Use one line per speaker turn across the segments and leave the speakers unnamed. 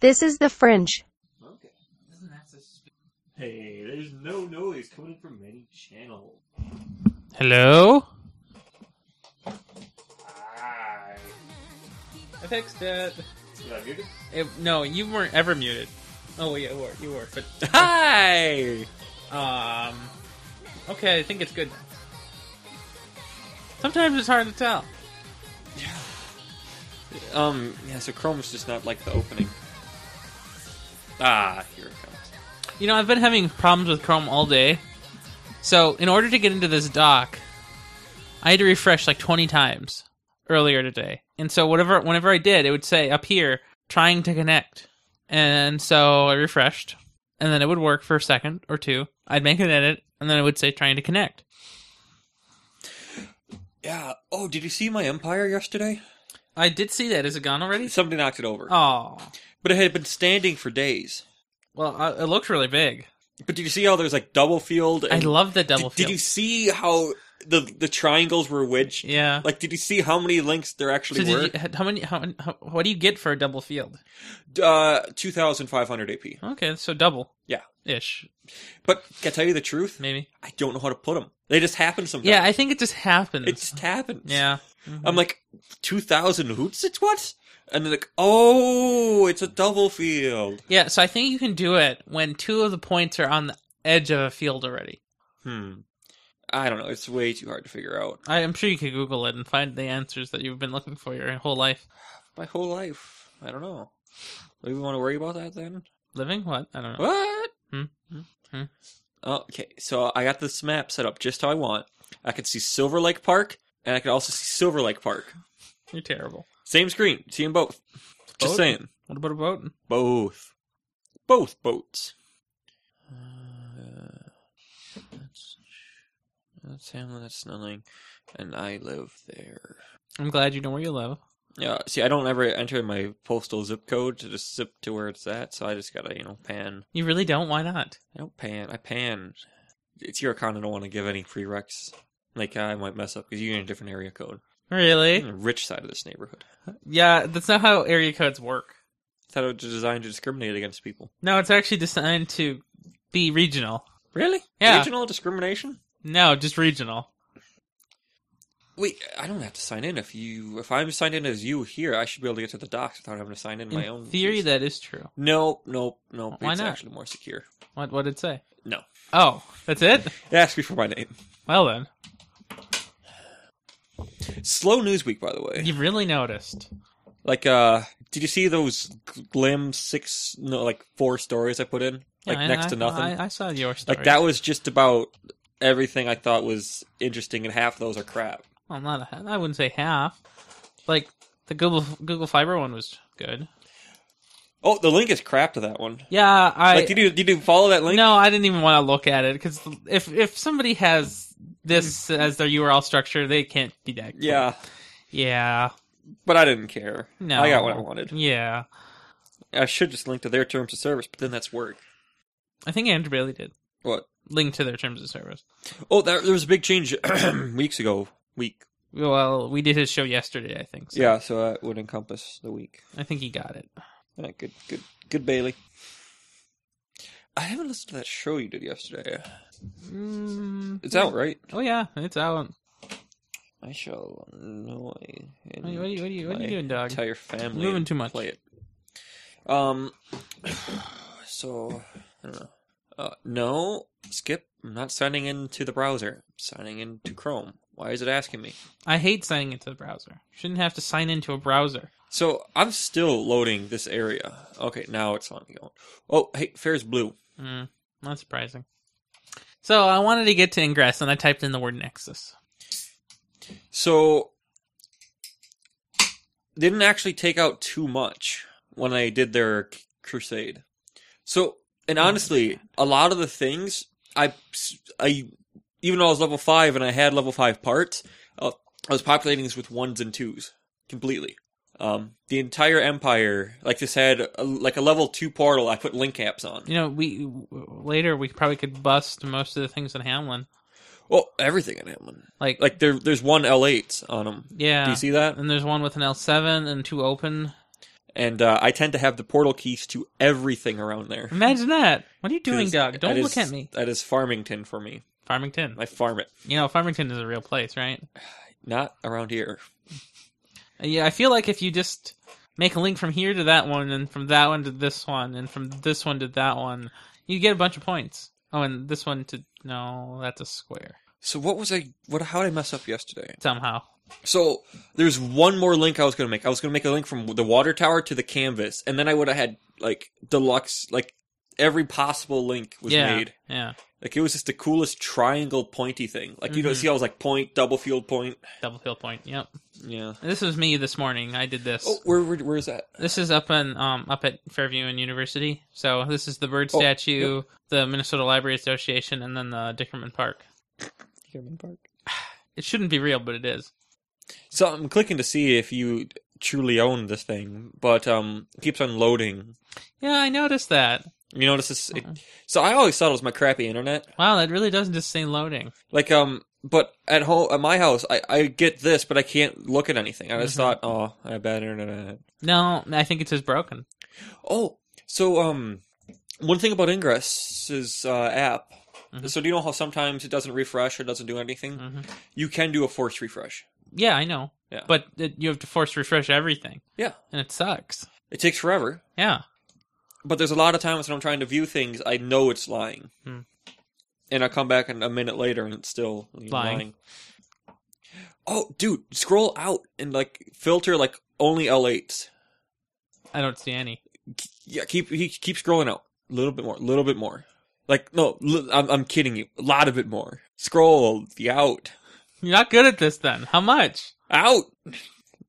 This is the fringe.
Okay. Doesn't have to sp- hey, there's no noise coming in from any channel.
Hello?
I
I fixed it.
did I mute it?
It- no, you weren't ever muted. Oh, well, yeah, you were. You were. But
Hi!
um, okay, I think it's good. now. Sometimes it's hard to tell.
Um, yeah, so Chrome's just not like the opening. Ah, here it comes.
You know, I've been having problems with Chrome all day. So, in order to get into this dock, I had to refresh like 20 times earlier today. And so, whatever, whenever I did, it would say up here, trying to connect. And so I refreshed, and then it would work for a second or two. I'd make an edit, and then it would say trying to connect.
Yeah. Oh, did you see my Empire yesterday?
I did see that. Is it gone already?
Somebody knocked it over.
Oh,
But it had been standing for days.
well, uh, it looked really big.
But did you see how there's like double field?
I
and-
love the double
Did, did
field.
you see how the the triangles were wedged?
Yeah.
Like, did you see how many links there
So
actually
did
were?
you, how many? How, many- how? What do you get for a double field?
Uh, 2,500 AP.
Okay, so double.
Yeah.
Ish,
But can I tell you the truth?
maybe.
I don't know how to put them. They just happen sometimes.
Yeah, I think it just happens.
it just happens.
yeah. Mm-hmm.
I'm like, 2,000 hoots? It's what? And they're like, oh, it's a double field.
Yeah, so I think you can do it when two of the points are on the edge of a field already.
Hmm. I don't know. It's way too hard to figure out.
I, I'm sure you could Google it and find the answers that you've been looking for your whole life.
My whole life. I don't know. Do we want to worry about that then?
Living? What? I don't know.
What?
Hmm. Hmm.
Okay, so I got this map set up just how I want. I could see Silver Lake Park, and I could also see Silver Lake Park.
You're terrible.
Same screen. See them both.
Both?
Just saying.
What about a boat?
Both. Both boats. Uh, that's, that's Hamlin, that's Snelling, and I live there.
I'm glad you know where you live.
Yeah, see, I don't ever enter my postal zip code to just zip to where it's at, so I just gotta, you know, pan.
You really don't? Why not?
I don't pan. I pan. It's your account. I don't want to give any prereqs. Like I might mess up because you're in a different area code.
Really?
You're on the rich side of this neighborhood.
Yeah, that's not how area codes work.
I thought it was designed to discriminate against people.
No, it's actually designed to be regional.
Really?
Yeah.
Regional discrimination?
No, just regional.
Wait, I don't have to sign in. If you, if I'm signed in as you here, I should be able to get to the docs without having to sign in,
In
my own.
theory, that is true.
Nope, nope, nope.
Why
it's
not?
actually more secure.
What? What did it say?
No.
Oh, that's it.
It asked me for my name.
Well then,
Slow news week, by the way.
you really noticed.
Like, uh, did you see those glim six, no, like four stories I put in?
Yeah,
Like
I-
next
I-
to nothing?
I, I saw your story.
Like, that was just about everything I thought was interesting, and half of those are crap.
Well, not. A, I wouldn't say half. Like the Google Google Fiber one was good.
Oh, the link is crap to that one.
Yeah, I.
Like, did you, did you follow that link?
no, I didn't even want to look at it because if if somebody has this as their URL structure, they can't be that. good.
Mm. Yeah,
Yeah.
but I didn't care.
No.
I got what I wanted.
Yeah.
I should just link to their terms of service, but then that's work.
I think Andrew Bailey did
What?
link to their terms of service.
Oh, there, there was a big change weeks ago. Week.
Well, we did his show yesterday, I think. So
Yeah, so that would encompass the week.
I think he got it.
Yeah, good, good, good, Bailey. I haven't listened to that show you did yesterday.
Mm,
It's out, right?
Oh yeah, it's out.
I shall annoy and
What are you, what are you, what are
my
you doing, dog?
entire family.
Moving
and
too much.
Play it. Um. So I don't know. Uh, no, skip. I'm not signing into the browser. I'm signing into Chrome. Why is it asking me?
I hate signing into the browser. You shouldn't have to sign into a browser.
So I'm still loading this area. Okay, now it's on me going. Oh, hey, fair's blue.
Mm, not surprising. So I wanted to get to ingress, and I typed in the word nexus.
So didn't actually take out too much when I did their c- crusade. So and honestly, a lot of the things I I even though I was level five and I had level five parts, uh, I was populating this with ones and twos completely. Um, the entire empire, like this, had a, like a level two portal. I put link caps on.
You know, we w- later we probably could bust most of the things in Hamlin.
Well, Oh, everything in Hamlin.
Like,
Like there, there's one L8 on them.
yeah,
Do you see that?
and there's one with an L7 and two open.
and uh, I tend to have the portal keys to everything around there.
Imagine that. What are you doing,
'Cause
Doug? Don't
that
look
is-
at me.
That is Farmington for me.
Farmington.
I farm it,
You know, Farmington is a real place, right?
not around here.
Yeah, I feel like if you just make a link from here to that one, and from that one to this one, and from this one to that one, you get a bunch of points. Oh, and this one to no, that's a square
So what was I? What? How did I mess up yesterday?
somehow.
So there's one more link I was going to make. I was going to make a link from the water tower to the canvas, and then I would have had like deluxe, like every possible link was
yeah,
made.
yeah,
Like it was just the coolest triangle pointy thing. Like you know,
Mhm.
see, I was like point, double field, point.
double field point. Yep,
Yeah.
And this was me this morning. I did this.
Oh, where where, where is that?
This is up in um up at Fairview and University. So this is the bird
Oh,
statue, the Minnesota Library Association, and then the Dickerman Park.
Park.
It shouldn't be real, but it is.
So I'm clicking to see if you truly own this thing, but um, it keeps unloading.
Yeah, I noticed that.
You notice this? It, so I always thought it was my crappy internet.
Wow, that really doesn't just say loading.
Like um, but at home at my house, I I get this, but I can't look at anything. I just
Mhm.
thought, oh, I have bad internet.
No, I think it says broken.
Oh, so um, one thing about Ingress's uh, app.
Mhm.
So do you know how sometimes it doesn't refresh or doesn't do anything?
hmm
You can do a forced refresh.
Yeah, I know.
Mm-hmm. Yeah.
But it, you have to force refresh everything.
Yeah.
And it sucks.
It takes forever,
Yeah.
but there's a lot of times when I'm trying to view things, I know it's lying,
Hmm.
and I come back and a minute later and it's still lying.
Lying.
Oh, dude, scroll out and like filter like only L8s.
I don't see any.
K- Yeah, keep he keep scrolling out a little bit more, a little bit more. Like no, li- I'm I'm kidding you. A lot of it more. Scroll the out,
You're not good at this then. How much?
out.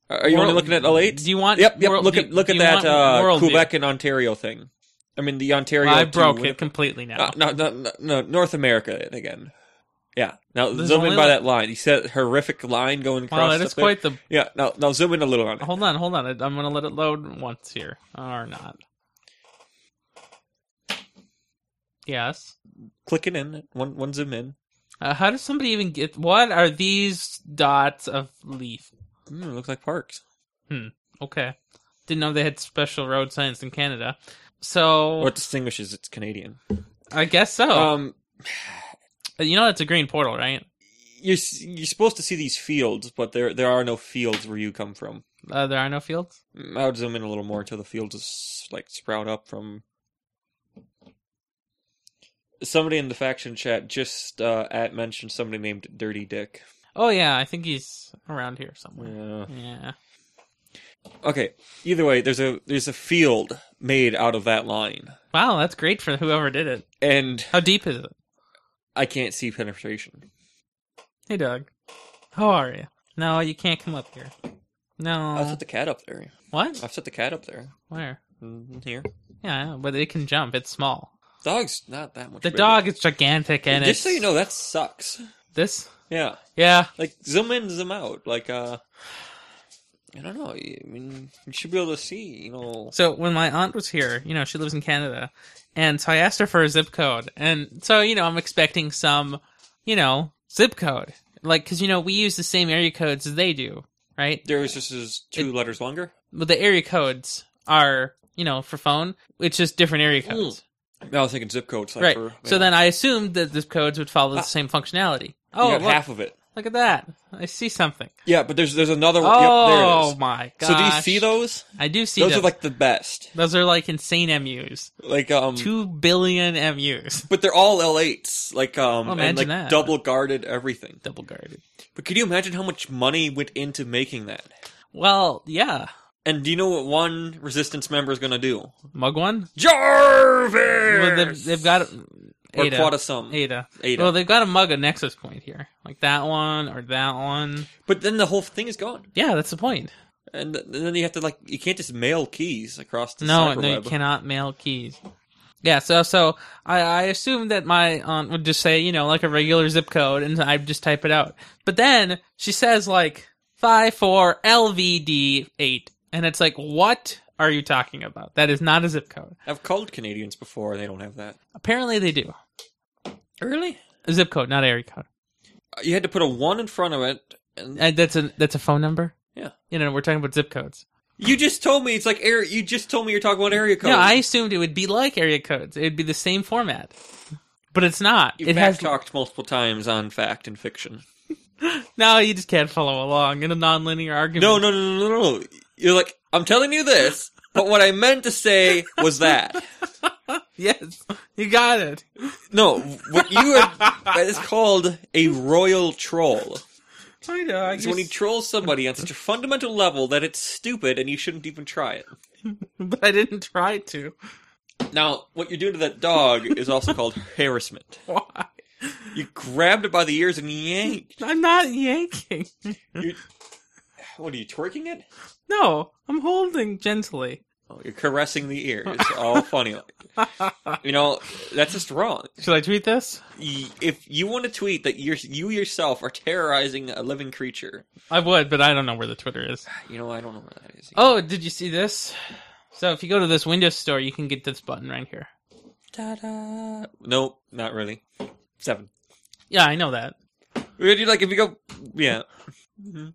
Are you only
World-
looking at L8s?
Do you want.
Yep, yep.
world-
look
do-
at look
do
at
you
that
want
uh,
world view?
Quebec and Ontario thing. I mean the Ontario.
I
to
broke
Winnipeg.
it completely now.
No, no, no, no, no, North America again. Yeah. Now
There's
zoom in
only
by
like-
that line. You said horrific line going across.
wow, that
the
is
thing.
quite the.
Yeah. Now, now zoom in a little on it.
Hold on, hold on. I- I'm going to let it load once here. Or not. Yes.
Click it in. One, one zoom in.
Uh, how does somebody even get. What are these dots of leaf?
Mm, it looks like parks.
Okay. Didn't know they had special road signs in Canada. So
What distinguishes it's Canadian?
I guess so.
Um,
you know that's a green portal, right?
you're s- you're supposed to see these fields, but there there are no fields where you come from.
Uh, there are no fields.
Mm, I would zoom in a little more until the fields just, like sprout up from. Somebody in the faction chat just uh, at mentioned somebody named Dirty Dick.
Oh yeah, I think he's around here somewhere.
Yeah.
Yeah.
Okay. Either way, there's a there's a field made out of that line,
Wow, that's great for whoever did it.
and
How deep is it?
I can't see penetration.
Hey, Doug. How are you? No, you can't come up here.
I've
No.
set the cat up there.
What?
I've set the cat up there.
Where? Mm-hmm,
Mm, Here,
Yeah, I know, but it can jump. It's small.
dog's not that much.
The
bigger.
dog is gigantic, and
Just so
it's-
you know, that sucks.
this.
Yeah,
Yeah.
like zoom in, zoom out. Like uh, I don't know. I mean, you should be able to see. You know,
So when my aunt was here, you know, she lives in Canada, and so I asked her for a zip code, and so you know, I'm expecting some, you know, zip code, like because you know we use the same area codes as they do, right?
there's just is two letters longer.
But the area codes are, you know, for phone, it's just different area
Mm.
codes,
I was thinking zip codes. Like
right?
For,
So then I assumed that zip codes would follow the
Ah.
same functionality.
oh,
Oh, look,
half of it.
look at that! I see something.
Yeah, but there's there's another one.
Oh
Yep,
my god!
there it is. So do you see those?
I do see
those
those.
are like the best.
those are like insane MUs.
Like um,
Two billion MUs.
but they're all L8s, like um,
Well,
and
Oh, imagine
like
that.
double guarded everything.
Double guarded.
But could you imagine how much money went into making that?
Well, yeah.
And do you know what one resistance member is going to do?
Mug one?
Jarvis.
Well, they've, they've got
or
Ada.
Quadasum.
Ada.
Ada.
Well, they've got to mug a Nexus point here. Like that one or that one.
but then the whole thing is gone,
Yeah, that's the point.
and, th- then you have to like you can't just mail keys across the
no,
cyberweb.
no, you cannot mail keys. Yeah, so so I, I assumed that my aunt would just say, you know, like a regular zip code and I'd just type it out. But then she says like five four LVD eight. And it's like, what are you talking about? That is not a zip code.
I've called Canadians before, and they don't have that.
Apparently they do.
Really?
A zip code, not area code.
You had to put a one in front of it, and
Uh, that's a that's a phone number.
Yeah.
You know, we're talking about zip codes.
You just told me it's like air. You just told me you're talking about area code.
No, I assumed it would be like area codes. It would be the same format, but it's not.
You
it
back
has
talked multiple times on fact and fiction.
no. You just can't follow along in a nonlinear argument.
No, no, no, no, no, no. You're like I'm telling you this, but what I meant to say was that.
Yes, you got it.
No, what you have, that is called a royal troll.
I know. I
It's when you
just,
troll somebody on such a fundamental level that it's stupid and you shouldn't even try it.
but I didn't try to.
Now, what you're doing to that dog is also called harassment.
Why?
You grabbed it by the ears and yanked.
I'm not yanking.
What are you twerking it?
No, I'm holding gently.
Oh, you're caressing the ear. It's all funny. You know, that's just wrong.
Should I tweet this?
Y- If you want to tweet that you're, you yourself are terrorizing a living creature,
I would, but I don't know where the Twitter is.
you know, I don't know where that is.
Oh, did you see this? So if you go to this Windows store, you can get this button right here.
Ta-da. Nope, not really. Seven.
Yeah, I know that.
Would you like if you go? Yeah,
Mm-hmm.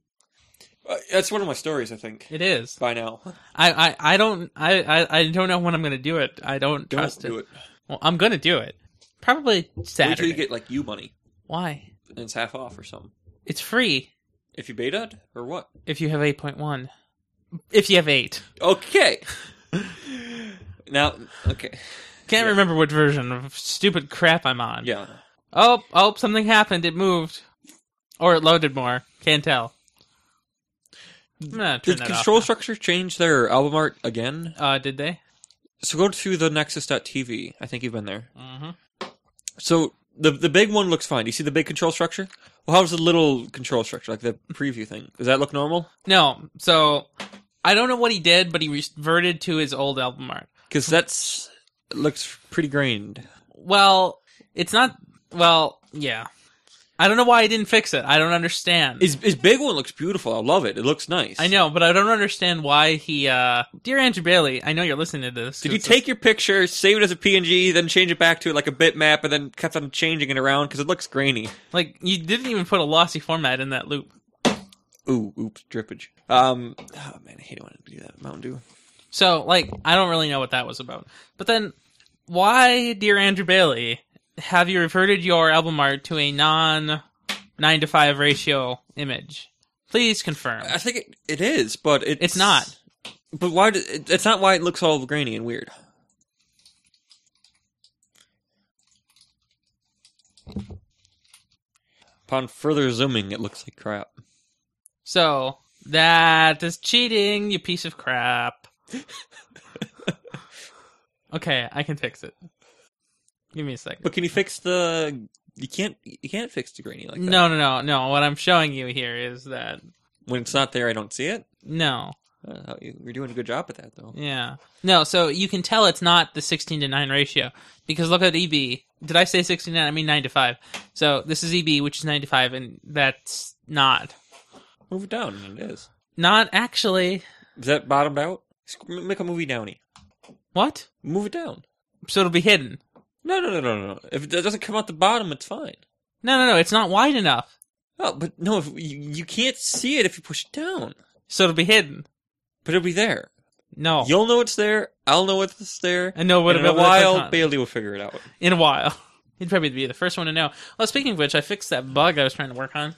Uh, that's one of my stories. I think
It is.
by now.
I, I, I don't I, I, I don't know when I'm gonna do it. I don't,
Don't
trust
do
it.
it.
Well, I'm gonna do it. Probably
Wait till
Saturday.
you get like you money
Why?
and it's half off or something.
It's free
If you betaed or what?
if you have eight point one. If you have eight.
Okay. now, okay,
Can't
Yeah.
remember what version of stupid crap I'm on.
yeah.
Oh, oh, something happened. It moved, or it loaded more. Can't tell. I'm gonna turn
Did
that
Control
off now.
Structure change their album art again?
Uh, did they?
So go to the Nexus.tv. I think you've been there.
Mm-hmm.
So the the big one looks fine. Do you see the big control structure? Well, how's the little control structure, like the preview thing? Does that look normal?
No. So I don't know what he did, but he reverted to his old album art.
Because that's looks pretty grained.
Well, it's not. Well, yeah. I don't know why he didn't fix it. I don't understand.
His, his big one looks beautiful. I love it. It looks nice.
I know, but I don't understand why he. uh Dear Andrew Bailey, I know you're listening to this.
Did you
'cause this-
take your picture, save it as a PNG, then change it back to like a bitmap, and then kept on changing it around because it looks grainy?
like you didn't even put a lossy format in that loop?
Ooh, oops, drippage. Um, oh man, I hate it when I do that. Mountain Dew.
So, like, I don't really know what that was about. But then, why, dear Andrew Bailey, have you reverted your album art to a non nine to five ratio image? Please confirm.
I think it, it is, but it's
It's not.
But why? Do, it, it's not why it looks all grainy and weird. Upon further zooming, it looks like crap.
So that is cheating, you piece of crap. okay, I can fix it. Give me a second.
But can you fix the? You can't. You can't fix the grainy like that.
no, no, no, no. What I'm showing you here is that
When it's not there, I don't see it.
no,
Uh, you- you're doing a good job at that, though.
yeah, no. So you can tell it's not the 16 to nine ratio because look at EB. Did I say 16 to nine? I mean nine to five. So this is EB, which is nine to five, and that's not
Move it down, and it is.
not actually
Is that bottomed out? Sc- m- Make a movie downy.
what.
Move it down.
So it'll be hidden.
No, no, no, no, no. If it doesn't come out the bottom, it's fine.
No, no, no. It's not wide enough.
Oh, but no, if you, you can't see it if you push it down.
So it'll be hidden.
But it'll be there.
No.
You'll know it's there. I'll know it's there.
I know what
in a
about what I clicked
while,
on.
Bailey will figure it out.
in a while. He'd probably be the first one to know. Well, speaking of which, I fixed that bug I was trying to work on.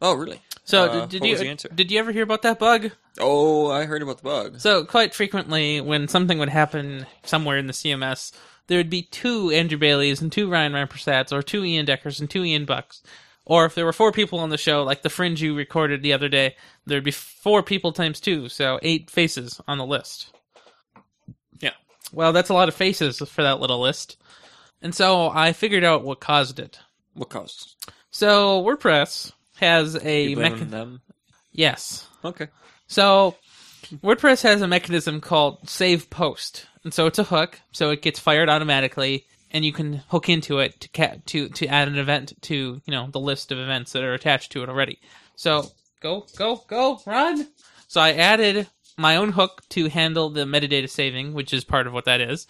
Oh, really?
So
Uh,
did, did
what
you
was the answer?
did you ever hear about that bug?
Oh, I heard about the bug.
So quite frequently, when something would happen somewhere in the CMS, there would be two Andrew Baileys and two Ryan Rampersats, or two Ian Deckers and two Ian Bucks. Or if there were four people on the show, like the fringe you recorded the other day, there'd be four people times two, so eight faces on the list.
Yeah.
Well, that's a lot of faces for that little list. And so I figured out what caused it.
What caused?
So WordPress has a
You blaming
mechan-
them?
yes.
Okay.
So WordPress has a mechanism called save post, and so it's a hook, so it gets fired automatically, and you can hook into it to ca- to to add an event to you know the list of events that are attached to it already. So go go go run. So I added my own hook to handle the metadata saving, which is part of what that is,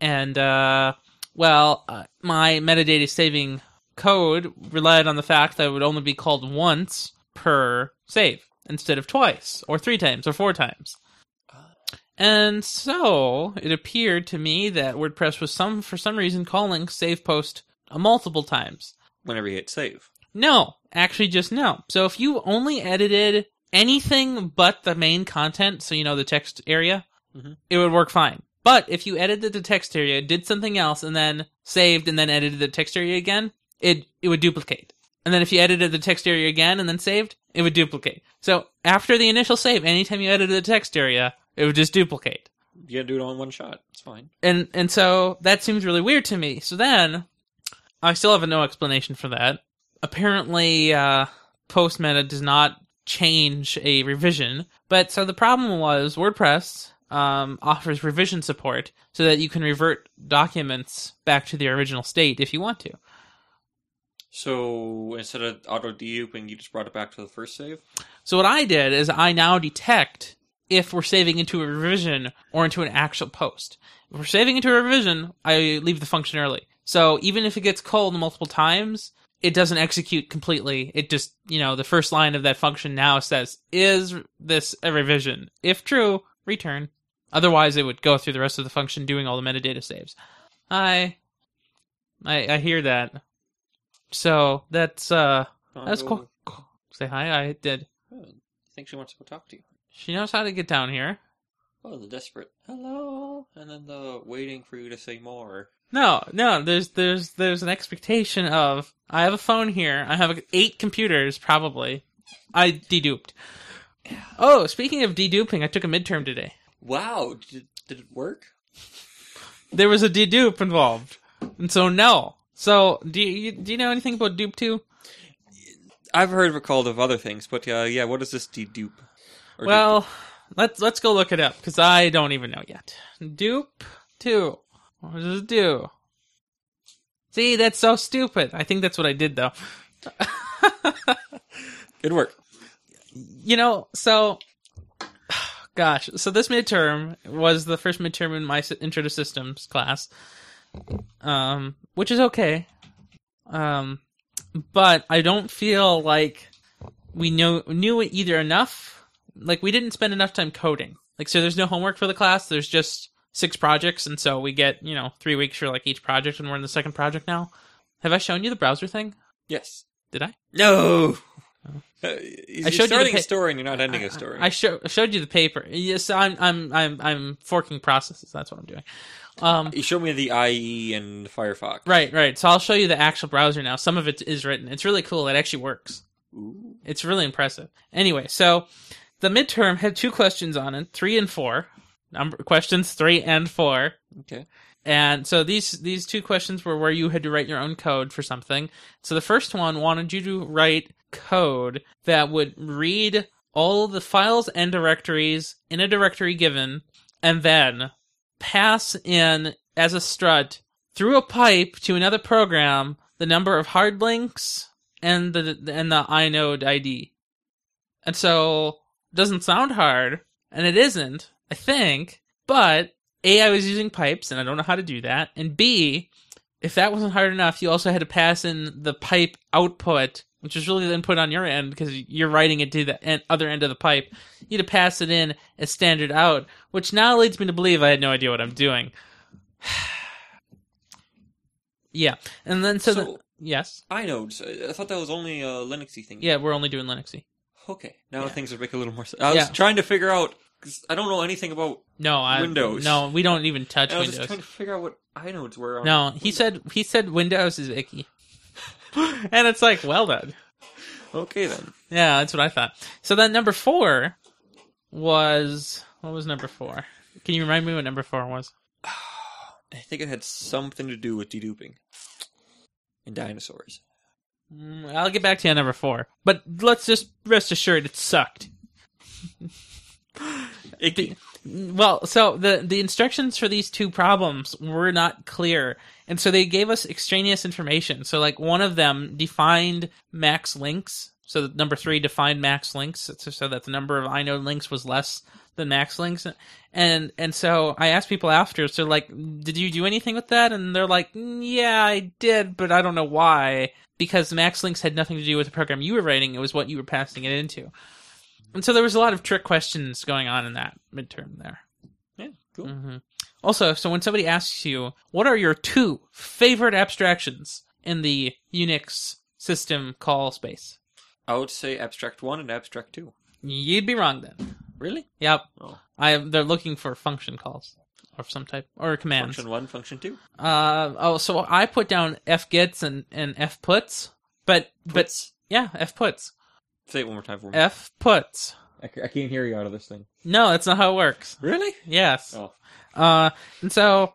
and uh, well, uh, my metadata saving code relied on the fact that it would only be called once per save instead of twice or three times or four times. And so it appeared to me that WordPress was some for some reason calling save post uh, multiple times.
whenever you hit save.
No, actually just no. So if you only edited anything but the main content, so you know the text area,
Mhm.
it would work fine. But if you edited the text area, did something else, and then saved and then edited the text area again, it it would duplicate. And then if you edited the text area again and then saved, it would duplicate. So after the initial save, anytime you edited the text area, it would just duplicate
You gotta do it all in one shot. It's fine.
and and so that seems really weird to me. So then, I still have no explanation for that. Apparently, uh, post meta does not change a revision. But so the problem was WordPress um, offers revision support so that you can revert documents back to their original state if you want to.
So instead of auto deduping, you just brought it back to the first save.
So what I did is I now detect if we're saving into a revision or into an actual post. If we're saving into a revision, I leave the function early. So even if it gets called multiple times, it doesn't execute completely. It just, you know, the first line of that function now says, is this a revision? If true, return. Otherwise, it would go through the rest of the function doing all the metadata saves. I, I, I hear that. So that's, uh,
Wanna
that's
go-
cool. cool. Say hi. I did.
Oh, I think she wants to go talk to you.
She knows how to get down here.
Oh, the desperate hello, and then the waiting for you to say more.
No, no, there's there's there's an expectation of I have a phone here. I have eight computers probably. I deduped. Oh, speaking of deduping, I took a midterm today.
Wow, did, did it work?
There was a dedupe involved. And so no. So do you do you know anything about dupe 2?
I've heard of it called of other things, but uh, yeah, what is this dedupe? Or
Well, let's let's go look it up cuz I don't even know yet. Dupe 2. What does it do? See, that's so stupid. I think that's what I did though.
dedupe? it worked.
you know, so gosh, so this midterm was the first midterm in my s- intro to systems class, um, which is okay, um, but I don't feel like we know knew it either enough. Like we didn't spend enough time coding. Like so, there's no homework for the class. There's just six projects, and so we get you know three weeks for like each project, and we're in the second project now. Have I shown you the browser thing?
Yes.
Did I?
No. Uh,
Oh. I
you're
showed you the
starting
pa-
a story and you're not ending
I-
a story.
I, I show, showed you the paper. Yes, I'm I'm I'm I'm forking processes. That's what I'm doing. Um,
you showed me the IE and Firefox.
right, right. So I'll show you the actual browser now. Some of it is written. It's really cool. It actually works.
Ooh.
It's really impressive. Anyway, so the midterm had two questions on it, three and four. Number questions three and four.
Okay.
And so these these two questions were where you had to write your own code for something. So the first one wanted you to write code that would read all the files and directories in a directory given and then pass in as a strut through a pipe to another program the number of hard links and the and the inode ID. And so it doesn't sound hard and it isn't, I think, but a, I was using pipes and I don't know how to do that. And B, if that wasn't hard enough, you also had to pass in the pipe output, which is really the input on your end because you're writing it to the en- other end of the pipe. You had to pass it in as standard out, which now leads me to believe I had no idea what I'm doing. yeah. And then so,
So,
the- yes.
inodes. I thought that was only a Linuxy thing.
Yeah, we're only doing Linuxy.
Okay. Now
Yeah.
things are make a little more sense. I was
Yeah.
trying to figure out because I don't know anything about.
No, I,
Windows.
No, we don't even touch
I was just
Windows.
trying to figure out what inodes were. On
No, he said he said Windows is icky, and it's like, well then,
Okay then.
yeah, that's what I thought. So then number four was what was number four? Can you remind me what number four was?
I think it had something to do with deduping and dinosaurs.
Mm, I'll get back to you on number four, but let's just rest assured it sucked.
Icky.
Well, so the the instructions for these two problems were not clear, and so they gave us extraneous information. So, like one of them defined max links. So that number three defined max links, so, so that the number of inode links was less than max links, and and so I asked people after, so like, did you do anything with that? And they're like, "Mm, yeah, I did, but I don't know why, because max links had nothing to do with the program you were writing; it was what you were passing it into. And so there was a lot of trick questions going on in that midterm there.
Cool.
Mhm. Also, so when somebody asks you, what are your two favorite abstractions in the Unix system call space?
I would say abstract one and abstract two.
You'd be wrong then.
Really?
Yep.
Oh.
I they're looking for function calls of some type or commands.
Function one, function two.
Uh oh, so I put down fgets and and fputs, but but
Puts.
yeah, fputs.
Say it one more time for me.
fputs.
I, c- I can't hear you out of this thing.
No, that's not how it works.
Really?
Yes.
Oh.
Uh, and so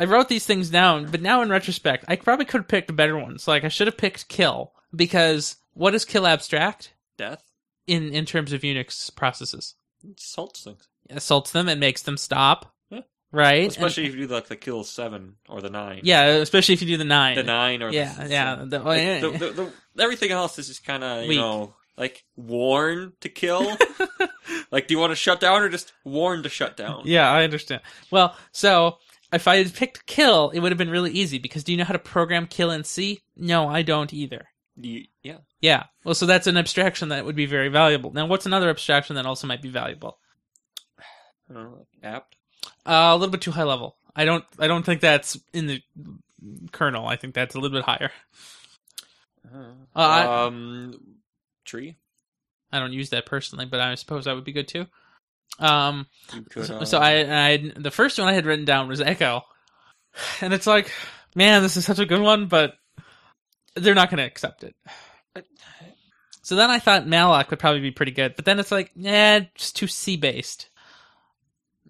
I wrote these things down, but now in retrospect, I probably could have picked better ones. Like I should have picked kill because what is kill abstract
Death
in in terms of Unix processes?
insults things.
It assaults them and makes them stop,
Yeah.
right? And-
Especially if you do like the kill seven or the nine.
uh, yeah, especially if you do the nine.
The nine or
yeah,
the
yeah. The,
Like, the, the, the, everything else is just kind of you
Weak.
know like warn to kill. like, do you want to shut down or just warn to shut down?
yeah, I understand. Well, so if I had picked kill, it would have been really easy because do you know how to program kill in C? No, I don't either.
You, yeah.
Yeah. Well, so that's an abstraction that would be very valuable. Now, what's another abstraction that also might be valuable?
I don't know. Like apt.
Uh, a little bit too high level. I don't. I don't think that's in the kernel. I think that's a little bit higher.
I don't know.
Uh, I-
um, tree.
I don't use that personally, but I suppose that would be good too. Um.
You could.
so,
uh,
so I, I, had- the first one I had written down was Echo, and it's like, man, this is such a good one, but they're not going to accept it. So then I thought Malloc would probably be pretty good, but then it's like, nah, just too C based.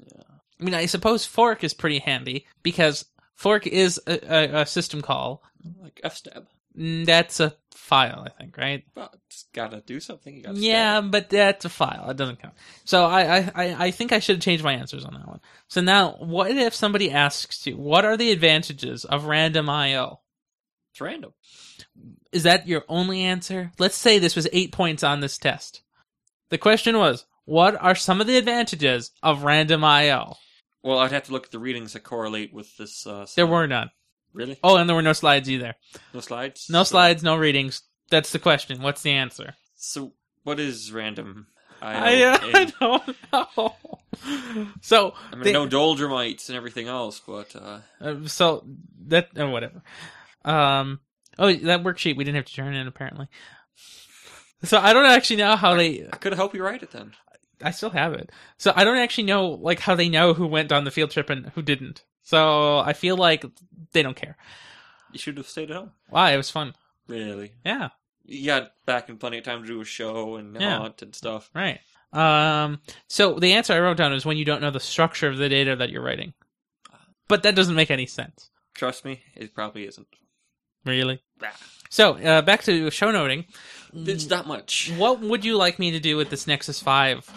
Yeah.
I mean, I suppose fork is pretty handy because fork is a, a, a system call.
like F stab.
Mm, That's a file, I think, right?
Well, just gotta do something. You gotta
Yeah, but that's a file. It doesn't count. So I, I, I- I think I should change my answers on that one. So now, what if somebody asks you, what are the advantages of random IO?
It's random.
Is that your only answer? Let's say this was eight points on this test. The question was, what are some of the advantages of random IO?
Well, I'd have to look at the readings that correlate with this. Uh,
There
slide.
were none.
really
Oh, and there were no slides either.
no slides.
No
So-
slides, no readings. That's the question. What's the answer?
So what is random?
I,
IO?
uh, I
And-
don't know. So
I mean,
the-
I know doldrumites and everything else, but uh,
Uh, so that uh, whatever. Um. Oh, that worksheet we didn't have to turn in apparently. So I don't actually know how they.
I could help you write it then.
I still have it. So I don't actually know like how they know who went on the field trip and who didn't. So I feel like they don't care.
You should have stayed at home.
Why? It was fun.
Really,
Yeah.
you got back and plenty of time to do a show and
Yeah.
haunt and stuff.
Right. Um. So the answer I wrote down is when you don't know the structure of the data that you're writing. But that doesn't make any sense.
Trust me, it probably isn't.
Really.
Ah.
So uh, back to show noting. Mm.
It's not much.
What would you like me to do with this Nexus Five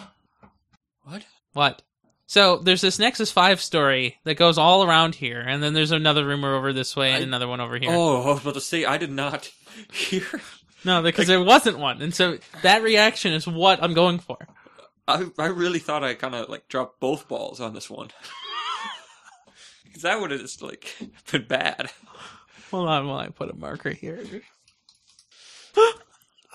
What?
What? So there's this Nexus Five story that goes all around here, and then there's another rumor over this way and
I-
another one over here.
Oh, I was about to say I did not hear.
no, because there wasn't one, and so that reaction is what I'm going for.
I I really thought I kind of like dropped both balls on this one. Because that would have just like been bad.
Hold on, while I put a marker here.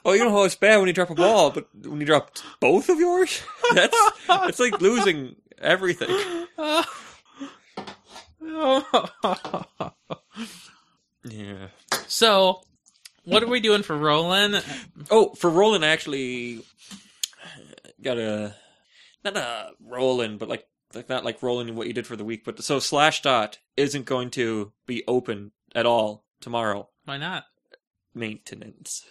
Oh, you know how it's bad when you drop a ball, but when you drop both of yours, that's it's like losing everything. Yeah.
so, what are we doing for Roland?
Oh, for Roland, I actually got a not a Roland, but like like not like Roland what you did for the week, but so Slashdot isn't going to be open at all tomorrow.
Why not?
Maintenance.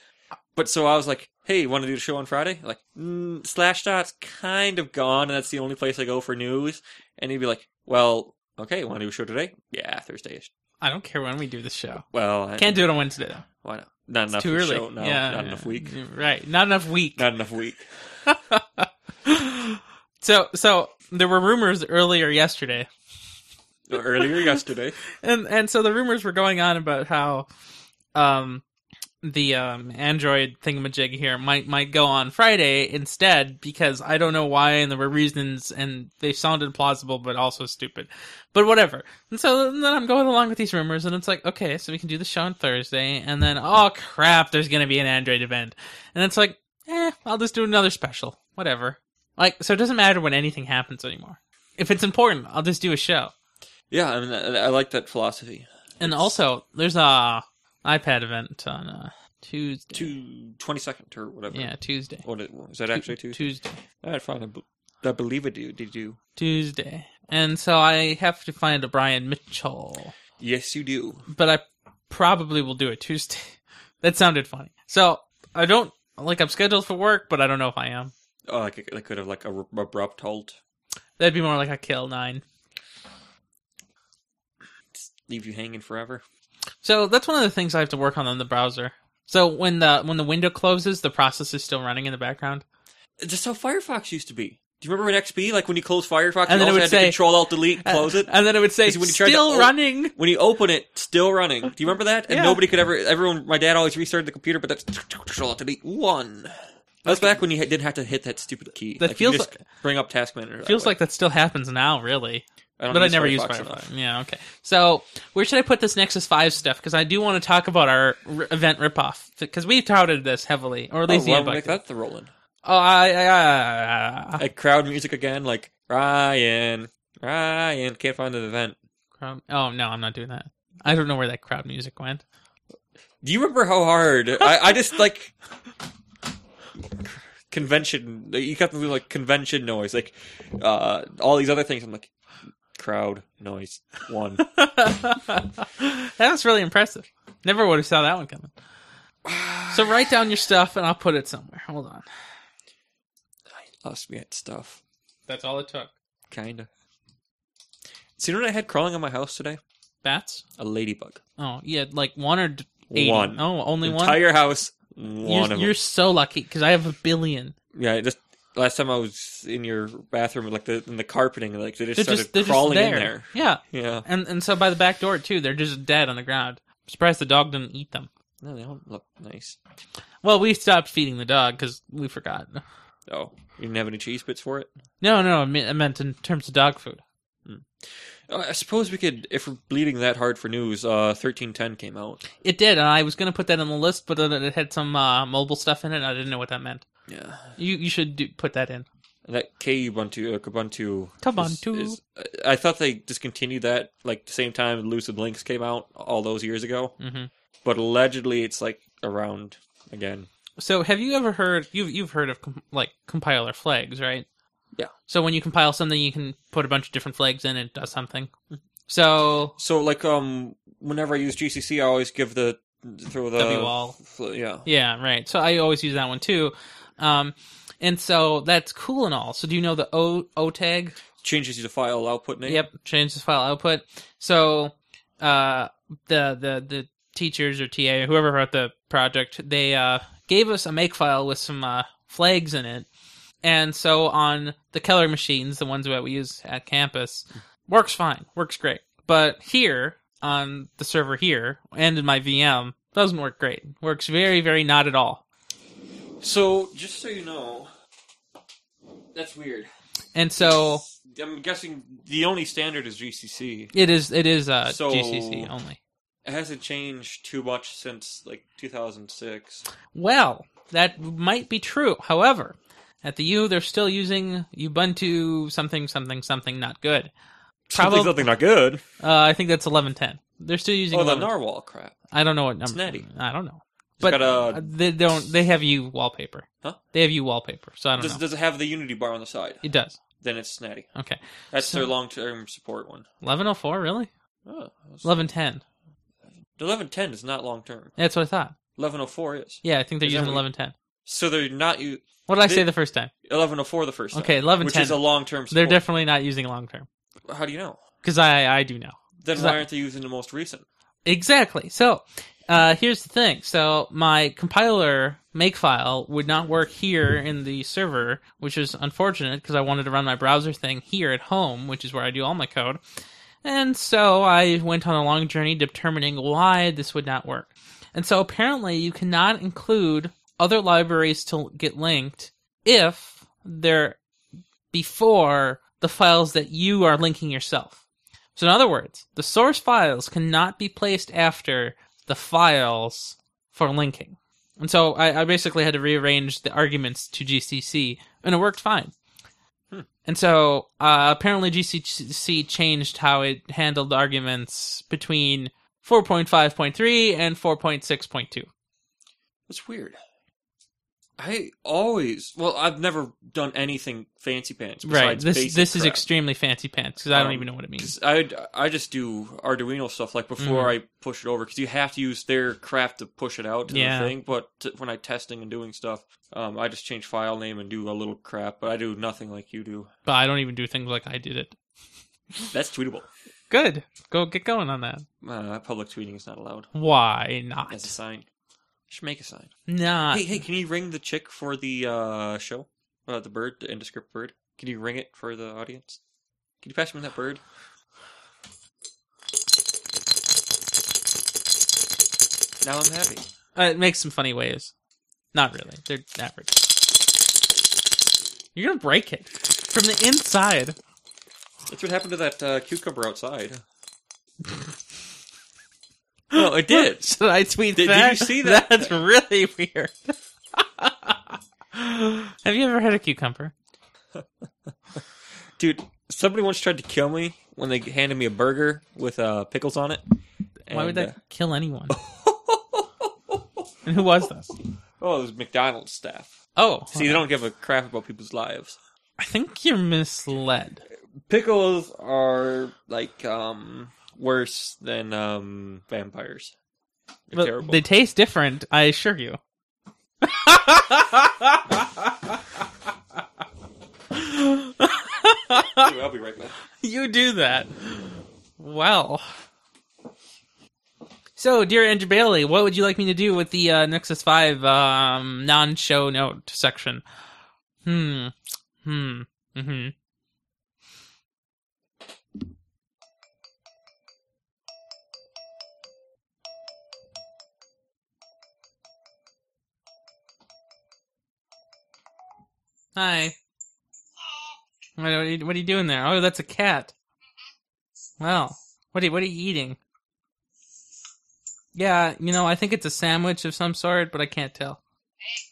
But so I was like, hey, want to do the show on Friday? Like, mm, Slashdot's kind of gone, and that's the only place I go for news. And he'd be like, well, okay, want to do a show today? Yeah, Thursday.
I don't care when we do the show.
Well, I-
Can't do it on Wednesday. though.
Why not? Not
It's
enough
too early.
show. No,
yeah,
not
yeah.
enough week.
Right, not enough week.
Not enough week.
so so there were rumors earlier yesterday
Earlier yesterday.
and and so the rumors were going on about how um the um android thingamajig here might might go on friday instead because i don't know why and there were reasons and they sounded plausible but also stupid but whatever and so then i'm going along with these rumors and it's like okay so we can do the show on thursday and then oh crap there's gonna be an android event and it's like eh i'll just do another special whatever like so it doesn't matter when anything happens anymore if it's important, I'll just do a show.
Yeah, I mean, I, I like that philosophy.
And also, there's a iPad event on uh, Tuesday.
Two twenty second or whatever.
Yeah, Tuesday.
What is, is that Oh, actually Tuesday?
Tuesday.
All right, fine. I, be- I believe it. Do did you?
Tuesday. And so I have to find a Brian Mitchell,
Yes, you do.
but I probably will do it Tuesday. that sounded funny. So I don't like I'm scheduled for work, but I don't know if I am.
Oh, like I could have like a r- abrupt halt,
That'd be more like a kill nine.
leave you hanging forever.
So that's one of the things I have to work on on the browser. So when the when the window closes, the process is still running in the background.
It's Just how Firefox used to be. Do you remember in XP, like when you close Firefox,
And then it
you also
would
had
say- uh,
to Control Alt Delete, close it.
and then it would say
Is when you tried to
still
o-
running.
When you open it, still running. Do you remember that? And
Yeah.
nobody could ever. Everyone, my dad always restarted the computer, but that's Control Alt Delete one. That was back when you ha- didn't have to hit that stupid key.
That
Like, you
feels
could just bring up Task Manager. that
Feels
way.
like that still happens now, really.
I don't
but I never use
Firefox Oh,
Firefly.
enough.
Yeah, okay. So where should I put this Nexus Five stuff? Because I do want to talk about our r- event ripoff because we've touted this heavily, or at
Oh,
least the
why don't we
inbox.
make that the rolling?
Oh, I, I, I,
Like crowd music again, like Ryan, Ryan can't find the event.
crowd- oh no, I'm not doing that. I don't know where that crowd music went.
Do you remember how hard I, I just like convention? You got to do like convention noise, like uh, all these other things. I'm like crowd noise one.
that was really impressive. Never would have saw that one coming. So write down your stuff, and I'll put it somewhere. Hold on.
Lost me at stuff,
That's all it took.
kinda. So you know what I had crawling on my house today?
Bats.
A ladybug.
Oh yeah, like one or d- 80.
One.
Oh, only one.
Entire house.
You're,
One of
you're
them.
so lucky because I have a billion.
Yeah, I just last time I was in your bathroom, like the in the carpeting, like they just
They're
started
just they're
crawling
just there.
in there.
Yeah,
Yeah.
and and so by the back door too, they're just dead on the ground. I'm surprised the dog didn't eat them.
No, they don't look nice.
Well, we stopped feeding the dog because we forgot.
Oh, you didn't have any cheese bits for it?
No, no, I mean- I meant in terms of dog food.
Uh, I suppose we could, if we're bleeding that hard for news, uh, 1310 came out.
It did, and I was going to put that on the list, but then it had some uh, mobile stuff in it, and I didn't know what that meant.
Yeah.
You you should do, put that in.
And that K Ubuntu, uh, Kubuntu.
Kubuntu.
Is, is, I I thought they discontinued that, like, the same time Lucid Links came out all those years ago.
hmm
But allegedly it's, like, around again.
So, have you ever heard you've you've heard of com- like compiler flags, right?
Yeah.
So when you compile something, you can put a bunch of different flags in, and it does something. So
So, like, um, whenever I use GCC, I always give the, throw the.
W all.
fl- yeah.
Yeah, right. So I always use that one too. Um, and so that's cool and all. So do you know the O O tag?
Changes you to file output name.
Yep, change the file output. So uh, the the the teachers or TA or whoever wrote the project, they uh, gave us a make file with some uh, flags in it. And so on the Keller machines, the ones that we use at campus, works fine, works great. But here on the server here and in my VM, doesn't work great. Works very, very not at all.
So, just so you know, that's weird.
And so
I'm guessing the only standard is GCC.
it is it is uh
So-
GCC only.
It hasn't changed too much since like 2006.
Well, that might be true. However, at the U they're still using Ubuntu something something something not good. Probably
not good.
uh, I think that's 1110. They're still using
Oh, the
11.
narwhal crap.
I don't know what number.
Natty.
I don't know.
It's
But
got a-
uh, they don't they have U wallpaper.
Huh?
They have U wallpaper. So I don't
Does,
know.
does it have the Unity bar on the side?
it does.
Then it's Snatty.
Okay.
That's
So-
their long-term support one.
1104 really?
Oh, that's-
1110.
1110 is not long-term.
That's what I thought.
1104 is.
Yeah, I think they're
Is that
using
what you-
1110.
So they're not u-
What did I
They-
say the first time?
1104 the first time.
Okay,
Which
1110.
is a long-term
They're
support.
definitely not using long term
How do you know?
because I I do know
Then
Is
why
that-
aren't they using the most recent?
exactly. So uh, here's the thing. So my compiler makefile would not work here in the server, which is unfortunate because I wanted to run my browser thing here at home, which is where I do all my code. And so I went on a long journey determining why this would not work. And so apparently you cannot include other libraries to get linked if they're before the files that you are linking yourself. So in other words, the source files cannot be placed after the files for linking. And so
Hmm.
I, I basically had to rearrange the arguments to GCC, and it worked fine. And so uh, apparently GCC changed how it handled arguments between 4.5.3 and 4.6.2.
It's weird. I always well, I've never done anything fancy pants.
Right.
Besides
This
basic
this is
crap.
extremely fancy pants because I don't
Um,
even know what it means.
'Cause I I just do Arduino stuff like before I push it over because you have to use their craft to push it out to
Yeah.
the thing. But t- when I testing and doing stuff, um, I just change file name and do a little crap. But I do nothing like you do.
But I don't even do things like I did it.
That's tweetable.
Good. Go get going on that.
Uh, public tweeting is not allowed.
Why not?
That's a sign. Should make a sign.
Not.
hey, hey, can you ring the chick for the uh, show? Uh, the bird, the indescript bird. Can you ring it for the audience? Can you pass me that bird? Now I'm happy.
Uh, it makes some funny waves. Not really. They're average. You're gonna break it from the inside.
That's what happened to that uh, cucumber outside. no, it did.
Should I tweet
Did- did
that?
you see that?
That's really weird. Have you ever had a cucumber?
Dude, somebody once tried to kill me when they handed me a burger with uh, pickles on it.
Why would
And,
that kill anyone?
uh,
And who was this?
oh, it was McDonald's staff.
Oh,
See, they don't give a crap about people's lives.
I think you're misled.
pickles are like um worse than um vampires. They're
But
terrible.
They taste different, I assure you.
Anyway, I'll be right back.
You do that. Well. So, dear Andrew Bailey, what would you like me to do with the uh, Nexus 5 um, non show note section? Hmm. Hmm. Mm-hmm. Hi. What are, you, what are you doing there? Oh, that's a cat. Well, what are, you- what are you eating? Yeah, you know, I think it's a sandwich of some sort, but I can't tell.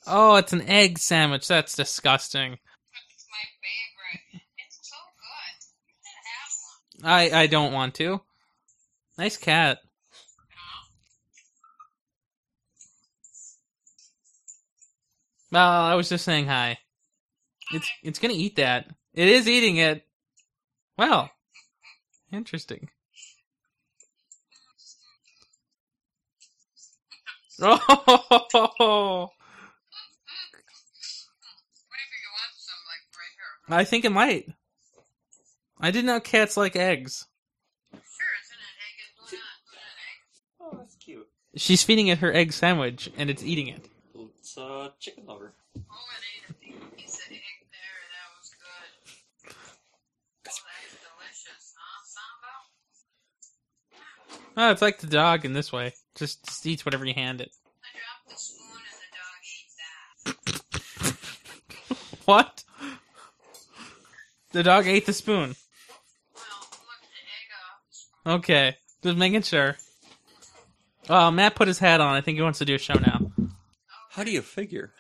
Oh, it's an egg sandwich. That's disgusting.
It's my favorite. It's so good. You can have one.
I I don't want to. Nice cat. Well, I was just saying hi. It's it's gonna eat that. It is eating it. Well, interesting. Oh,
Maybe you want some, like, right here.
I think it might. I didn't know cats like eggs.
Sure, it's in an egg. It's not in an
Oh,
egg.
that's cute.
She's feeding it her egg sandwich, and it's eating it.
It's uh chicken lover.
Oh, it ate a big piece of egg there. That was good. Oh, that's delicious, huh, Samba?
Oh, it's like the dog in this way. Just, just eats whatever you hand it.
I dropped the spoon and the dog ate that.
What? The dog ate the spoon.
Well, look the egg off. the spoon.
Okay. Just making sure. Oh, Matt put his hat on. I think he wants to do a show now.
How do you figure?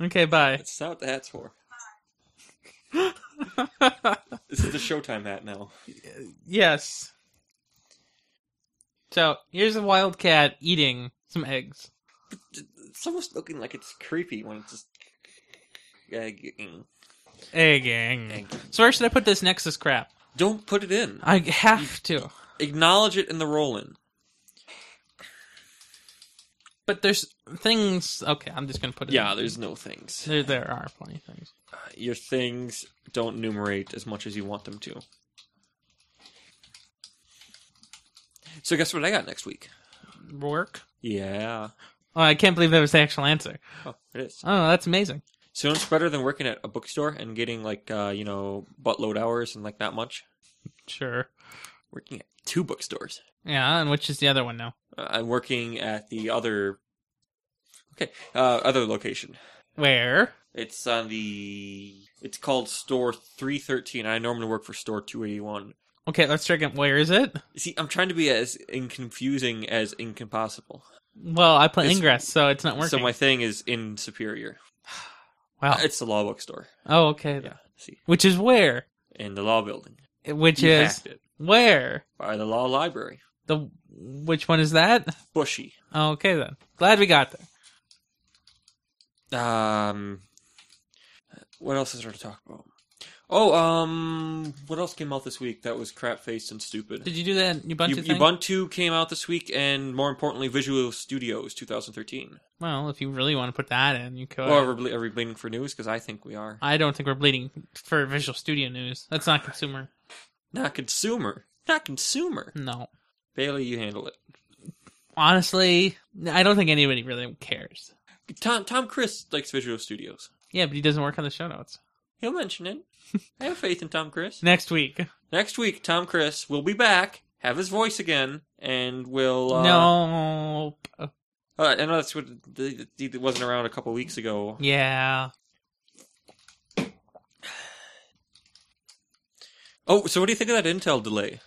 Okay, bye.
That's not what the hat's for. This is the Showtime hat now.
yes. So, here's a wild cat eating some eggs.
It's almost looking like it's creepy when it's just egging.
Egging. So, where should I put this Nexus crap?
Don't put it in.
I have to.
Acknowledge it in the roll-in.
But there's things. Okay, I'm just gonna put it.
Yeah,
in.
there's no things.
there, there are plenty of things.
Your things don't numerate as much as you want them to. So guess what I got next week?
Work.
Yeah.
Oh, I can't believe that was the actual answer.
Oh, it is.
Oh, that's amazing.
So it's better than working at a bookstore and getting like uh, you know, buttload hours and like not much.
Sure.
Working at two bookstores.
Yeah, and which is the other one now?
Uh, I'm working at the other Okay, uh other location.
Where?
It's on the it's called store 313. I normally work for store 281.
Okay, let's check it. Where is it?
See, I'm trying to be as inconfusing as incon possible.
Well, I play
It's-
Ingress, so it's not working.
So my thing is in Superior.
wow.
It's the law bookstore.
oh, okay.
Yeah. See,
Which is where?
in the law building.
Which
He
is
hacked it
where?
by the law library.
The which one is that?
Bushy.
Okay then. Glad we got there.
Um, what else is there to talk about? Oh, um, what else came out this week that was crap faced and stupid?
Did you do that Ubuntu
U-
thing?
Ubuntu came out this week, and more importantly, Visual Studios 2013.
well, if you really want to put that in, you could.
Well, are we, are we bleeding for news? Because I think we are.
I don't think we're bleeding for Visual Studio news. That's not consumer.
Not consumer. Not consumer.
No.
Bailey, you handle it.
Honestly, I don't think anybody really cares.
Tom Tom Chris likes Visual Studios.
Yeah, but he doesn't work on the show notes.
He'll mention it. I have faith in Tom Chris.
Next week.
Next week, Tom Chris will be back, have his voice again, and will. Uh,
No.
Uh, I know that's what the, the, it wasn't around a couple weeks ago.
Yeah.
Oh, so what do you think of that Intel delay?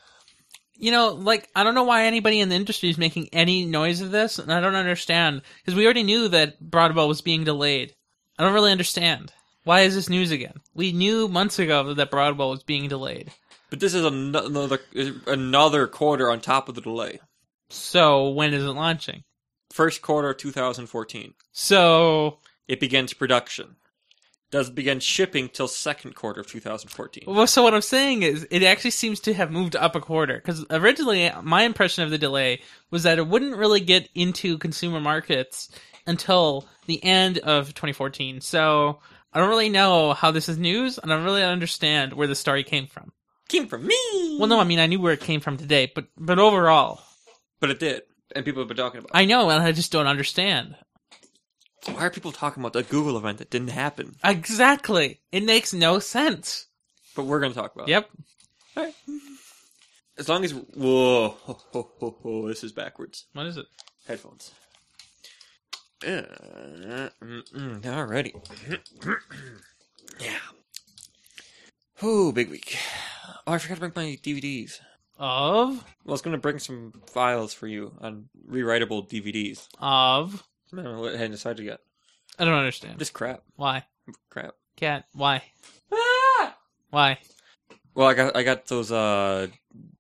You know, like I don't know why anybody in the industry is making any noise of this, and I don't understand because we already knew that Broadbell was being delayed. I don't really understand why is this news again. We knew months ago that Broadbell was being delayed.
But this is an- another another quarter on top of the delay.
So when is it launching?
First quarter of 2014.
So
It begins production. Doesn't begin shipping till second quarter of 2014.
Well, so what I'm saying is, it actually seems to have moved up a quarter because originally my impression of the delay was that it wouldn't really get into consumer markets until the end of 2014. So I don't really know how this is news, and I don't really understand where the story came from.
Came from me.
Well, no, I mean I knew where it came from today, but but overall,
but it did, and people have been talking about.
I know, and I just don't understand.
it. Why are people talking about that Google event that didn't happen?
Exactly, it makes no sense.
But we're going to talk about. it.
Yep.
As long as whoa, ho, ho, ho, ho, this is backwards.
What is it?
headphones. Uh, mm, mm, alrighty. yeah. Whoo, big week. Oh, I forgot to bring my DVDs.
Of
Well, I was going to bring some files for you on rewritable DVDs.
of
I don't know what I hadn't decided yet.
I don't understand.
Just crap.
Why?
Crap. Ah!
Cat? Why? Why?
Well, I got I got those uh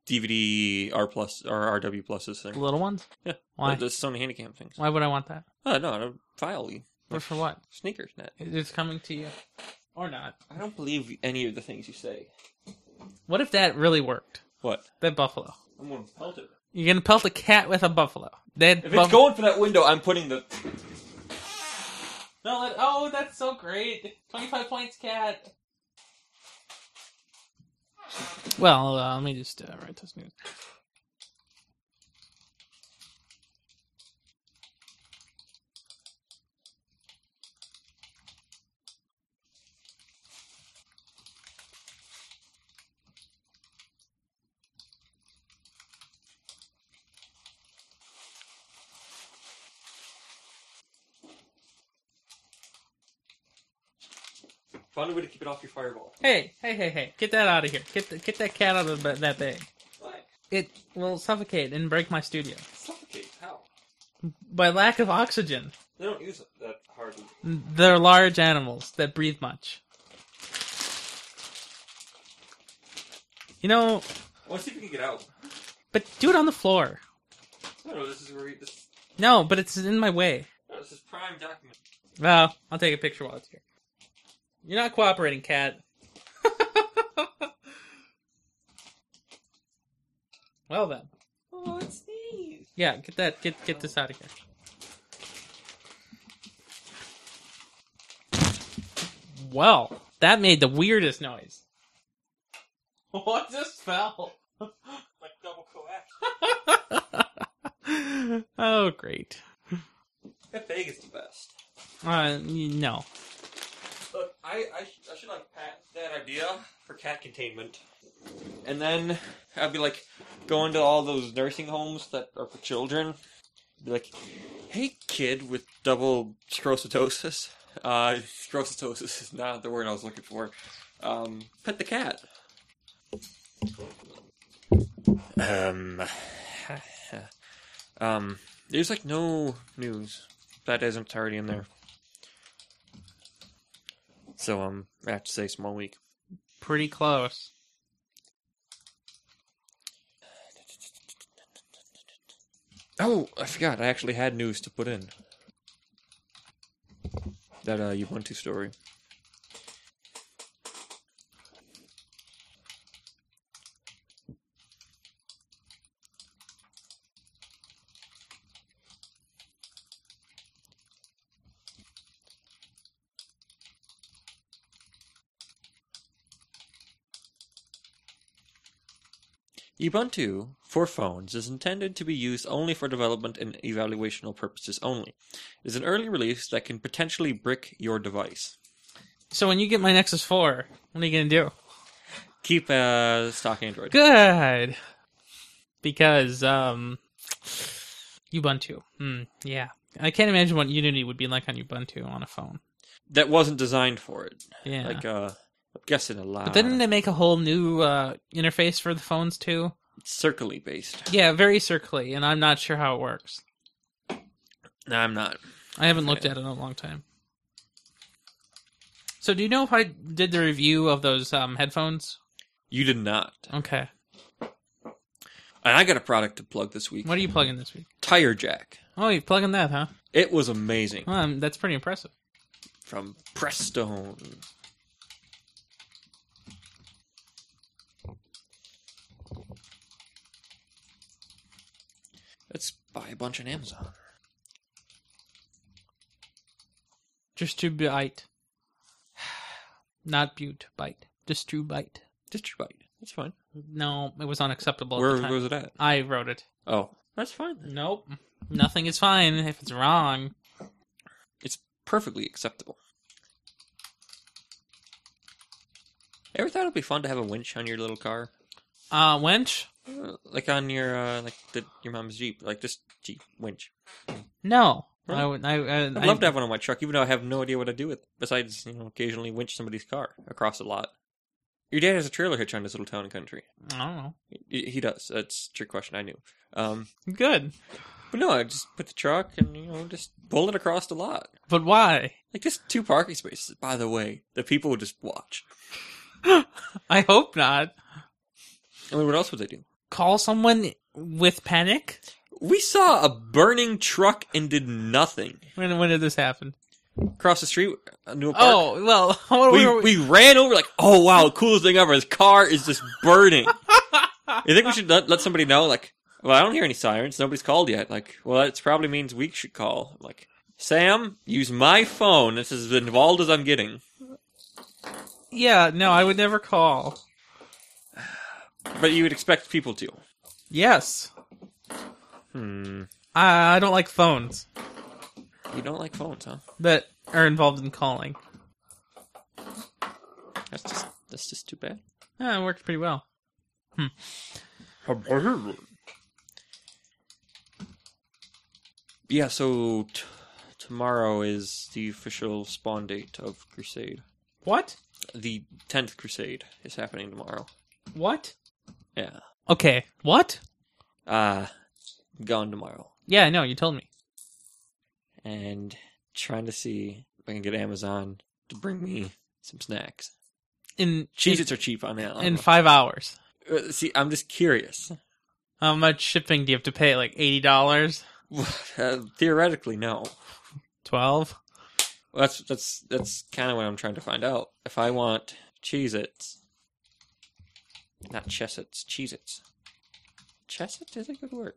DVD R plus or RW pluses
The
thing.
little ones?
Yeah.
Why?
The Sony Handycam things.
Why would I want that?
Oh, no, no file you.
But for what?
Sneakers net.
It's coming to you. Or not.
I don't believe any of the things you say.
What if that really worked?
What?
That buffalo.
I'm going to pelt it.
You're gonna pelt a cat with a buffalo. That
If
buff-
it's going for that window, I'm putting the.
no, that- oh, that's so great. Twenty-five points, cat. Well, uh, let me just uh, write this news.
Find a way to keep it off your fireball.
Hey, hey, hey, hey! Get that out of here. Get the, get that cat out of the, that bag.
What?
It will suffocate and break my studio
Suffocate. How?
by lack of oxygen.
They don't use it that hardly.
They're large animals that breathe much. You know,
I want to see if we can get out.
but do it on the floor.
No, no, this is where we, this,
No, but it's in my way.
no, this is prime document.
Well, I'll take a picture while it's here. You're not cooperating, cat. well then.
Oh, it's these.
Yeah, get that get get this out of here. Well, that made the weirdest noise. What just fell?
Like double coax.
oh, great.
That bag is the best.
Uh, no.
Look, I, I, sh- I should like patent that idea for cat containment. And then I'd be like going to all those nursing homes that are for children. Be like, hey kid with double scrocitosis. Uh, scrocitosis is not the word I was looking for. Um, pet the cat. Um, um, there's like no news that isn't already in there. So um, I have to say, small week.
Pretty close.
Oh, I forgot. I actually had news to put in. That uh, Ubuntu story. Ubuntu for phones is intended to be used only for development and evaluational purposes only. It is an early release that can potentially brick your device.
So when you get my Nexus 4, what are you going to do?
Keep uh, stock Android.
Good. Because um Ubuntu. Hmm, yeah. I can't imagine what Unity would be like on Ubuntu on a phone.
That wasn't designed for it.
Yeah.
Like, uh, I'm guessing a lot.
but didn't they make a whole new uh, interface for the phones too?
circly based.
Yeah, very circly, and I'm not sure how it works.
No, I'm not.
I haven't looked
Okay.
at it in a long time. So, do you know if I did the review of those um, headphones?
You did not.
Okay.
And I got a product to plug this week.
What are you plugging this week?
Tire Jack.
Oh, you're plugging that, huh?
It was amazing.
Well, um, that's pretty impressive.
From Prestone. Let's buy a bunch on Amazon.
Distribute. Not butte, bite. Distribute.
Distribute. That's fine.
No, it was unacceptable. at
Where
the time.
was it at?
I wrote it.
Oh, that's fine. then.
Nope. Nothing is fine if it's wrong.
It's perfectly acceptable. Ever thought it'd be fun to have a winch on your little car?
Uh, wench?
Uh, like on your uh, like the, your mom's jeep, like just jeep winch.
No.
Really?
I would. I, I,
I'd love to have one on my truck, even though I have no idea what I do with. It, besides, you know, occasionally winch somebody's car across a lot. Your dad has a trailer hitch on his little town and country.
I don't know.
He he does. That's a trick question. I knew. Um,
Good,
but no, I just put the truck and you know just pull it across the lot,
but why?
like just two parking spaces. By the way, the people would just watch.
I hope not.
I mean, what else would they do?
Call someone with panic.
We saw a burning truck and did nothing.
When when did this happen?
Across the street, uh, Newell Park.
Oh well, what
we,
were
we ran over like, oh wow, coolest thing ever. His car is just burning. you think we should let, let somebody know? Like, well, I don't hear any sirens. Nobody's called yet. Like, well, that probably means we should call. I'm like, Sam, use my phone. This is as involved as I'm getting.
Yeah, no, I would never call.
But you would expect people to.
Yes,
Hmm.
I, I don't like phones
You don't like phones, huh?
that are involved in calling.
That's just that's just too bad.
Yeah, it worked pretty well.
Yeah. So t- tomorrow is the official spawn date of Crusade.
What?
The tenth Crusade is happening tomorrow.
What?
Yeah.
Okay, what?
Uh gone tomorrow.
Yeah, I know. You told me.
And trying to see if I can get Amazon to bring me some snacks.
In
Cheez Its are cheap on
in, in
Amazon.
five hours.
Uh, see, I'm just curious.
How much shipping do you have to pay? Like eighty dollars,
Uh, theoretically, no.
twelve.
Well, that's that's that's kind of what I'm trying to find out. If I want Cheez Its, not Chess Its, Cheez Its. Chess Its is a good word.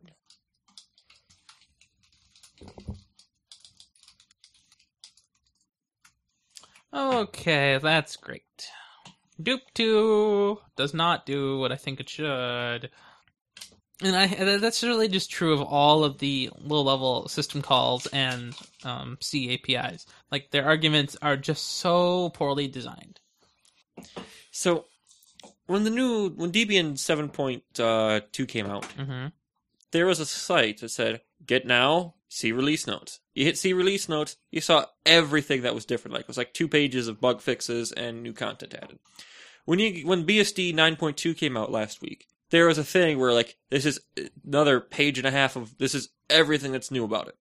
Okay, that's great. Doop two does not do what I think it should. And I th- that's really just true of all of the low level system calls and um, C APIs. Like their arguments are just so poorly designed.
So, when the new when Debian 7.2 came out,
Mm-hmm.
there was a site that said get now see release notes you hit see release notes you saw everything that was different like it was like two pages of bug fixes and new content added when you when bsd 9.2 came out last week there was a thing where like this is another page and a half of this is everything that's new about it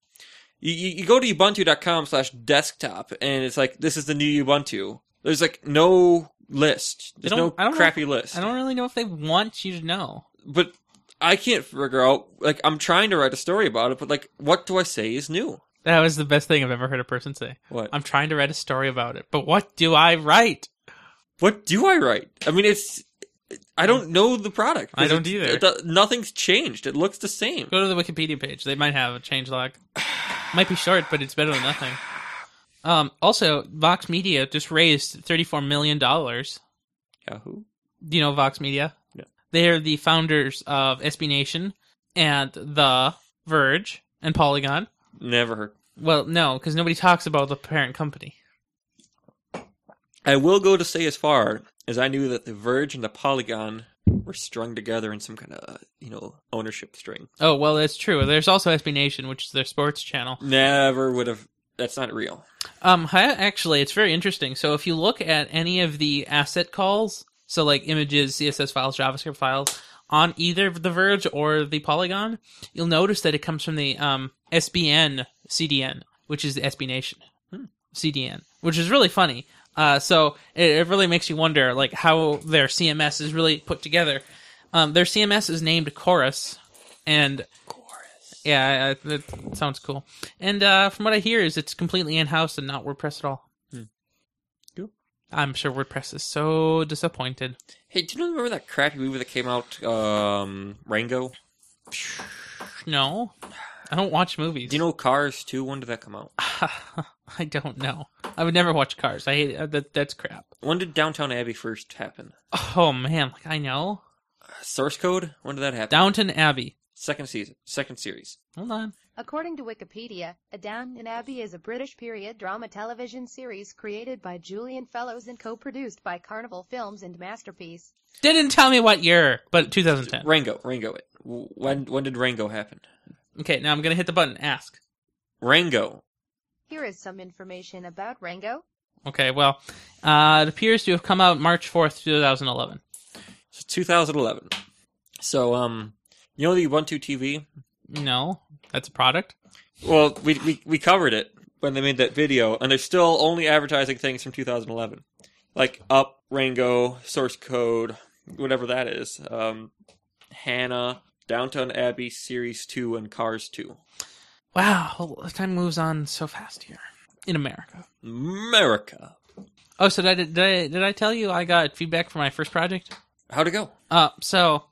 you, you, you go to ubuntu.com slash desktop and it's like this is the new ubuntu There's like no list. There's
don't-
no
I don't know-
crappy list.
I don't really know if they want you to know.
but I can't figure out. Like, I'm trying to write a story about it, but like, what do I say is new?
That was the best thing I've ever heard a person say.
What?
I'm trying to write a story about it, but what do I write?
what do I write? I mean, it's. I don't know the product.
I don't
It's-
either.
it do- nothing's changed. It looks the same.
Go to the Wikipedia page. They might have a changelog. might be short, but it's better than nothing. Um, also, Vox Media just raised thirty-four million dollars.
Yahoo.
Do you know Vox Media?
No.
They are the founders of SB Nation and The Verge and Polygon.
Never heard.
Well, no, because nobody talks about the parent company.
I will go to say as far as I knew that the Verge and the Polygon were strung together in some kind of you know ownership string.
Oh, well, that's true. There's also SB Nation, which is their sports channel.
Never would have. That's not real.
Um, hi- actually, it's very interesting. So if you look at any of the asset calls, so like images, CSS files, JavaScript files, on either the Verge or the Polygon, you'll notice that it comes from the um, SBN CDN, which is the SB Nation Hmm. CDN, which is really funny. Uh, so it, it really makes you wonder, like how their CMS is really put together. Um, their CMS is named Chorus, and yeah, I- I- that sounds cool. And uh, from what I hear, is it's completely in house and not WordPress at all.
Hmm. Cool.
I'm sure WordPress is so disappointed.
Hey, do you remember that crappy movie that came out, um, Rango?
No, I don't watch movies.
Do you know Cars 2? When did that come out?
I don't know. I would never watch Cars. I hate uh, that. That's crap.
When did Downtown Abbey first happen?
Oh man, like I know
Uh, Source Code? When did that happen?
Downton Abbey.
second season, second series.
Hold on.
According to Wikipedia, A Downton Abbey is a British period drama television series created by Julian Fellows and co-produced by Carnival Films and Masterpiece.
Didn't tell me what year, but 2010.
Rango, Rango. It. W- When when did Rango happen?
Okay, now I'm gonna hit the button. Ask.
Rango.
Here is some information about Rango.
Okay, well, uh, it appears to have come out March 4th, 2011.
So 2011. So um, you know the Ubuntu TV?
No, that's a product.
Well, we we we covered it when they made that video, and they're still only advertising things from 2011, like Up, Rango, Source Code, whatever that is. Um, Hannah, Downtown Abbey Series Two, and Cars Two.
Wow, time moves on so fast here in America.
America.
Oh, so did I, did I did I tell you I got feedback for my first project?
How'd it go?
Uh, so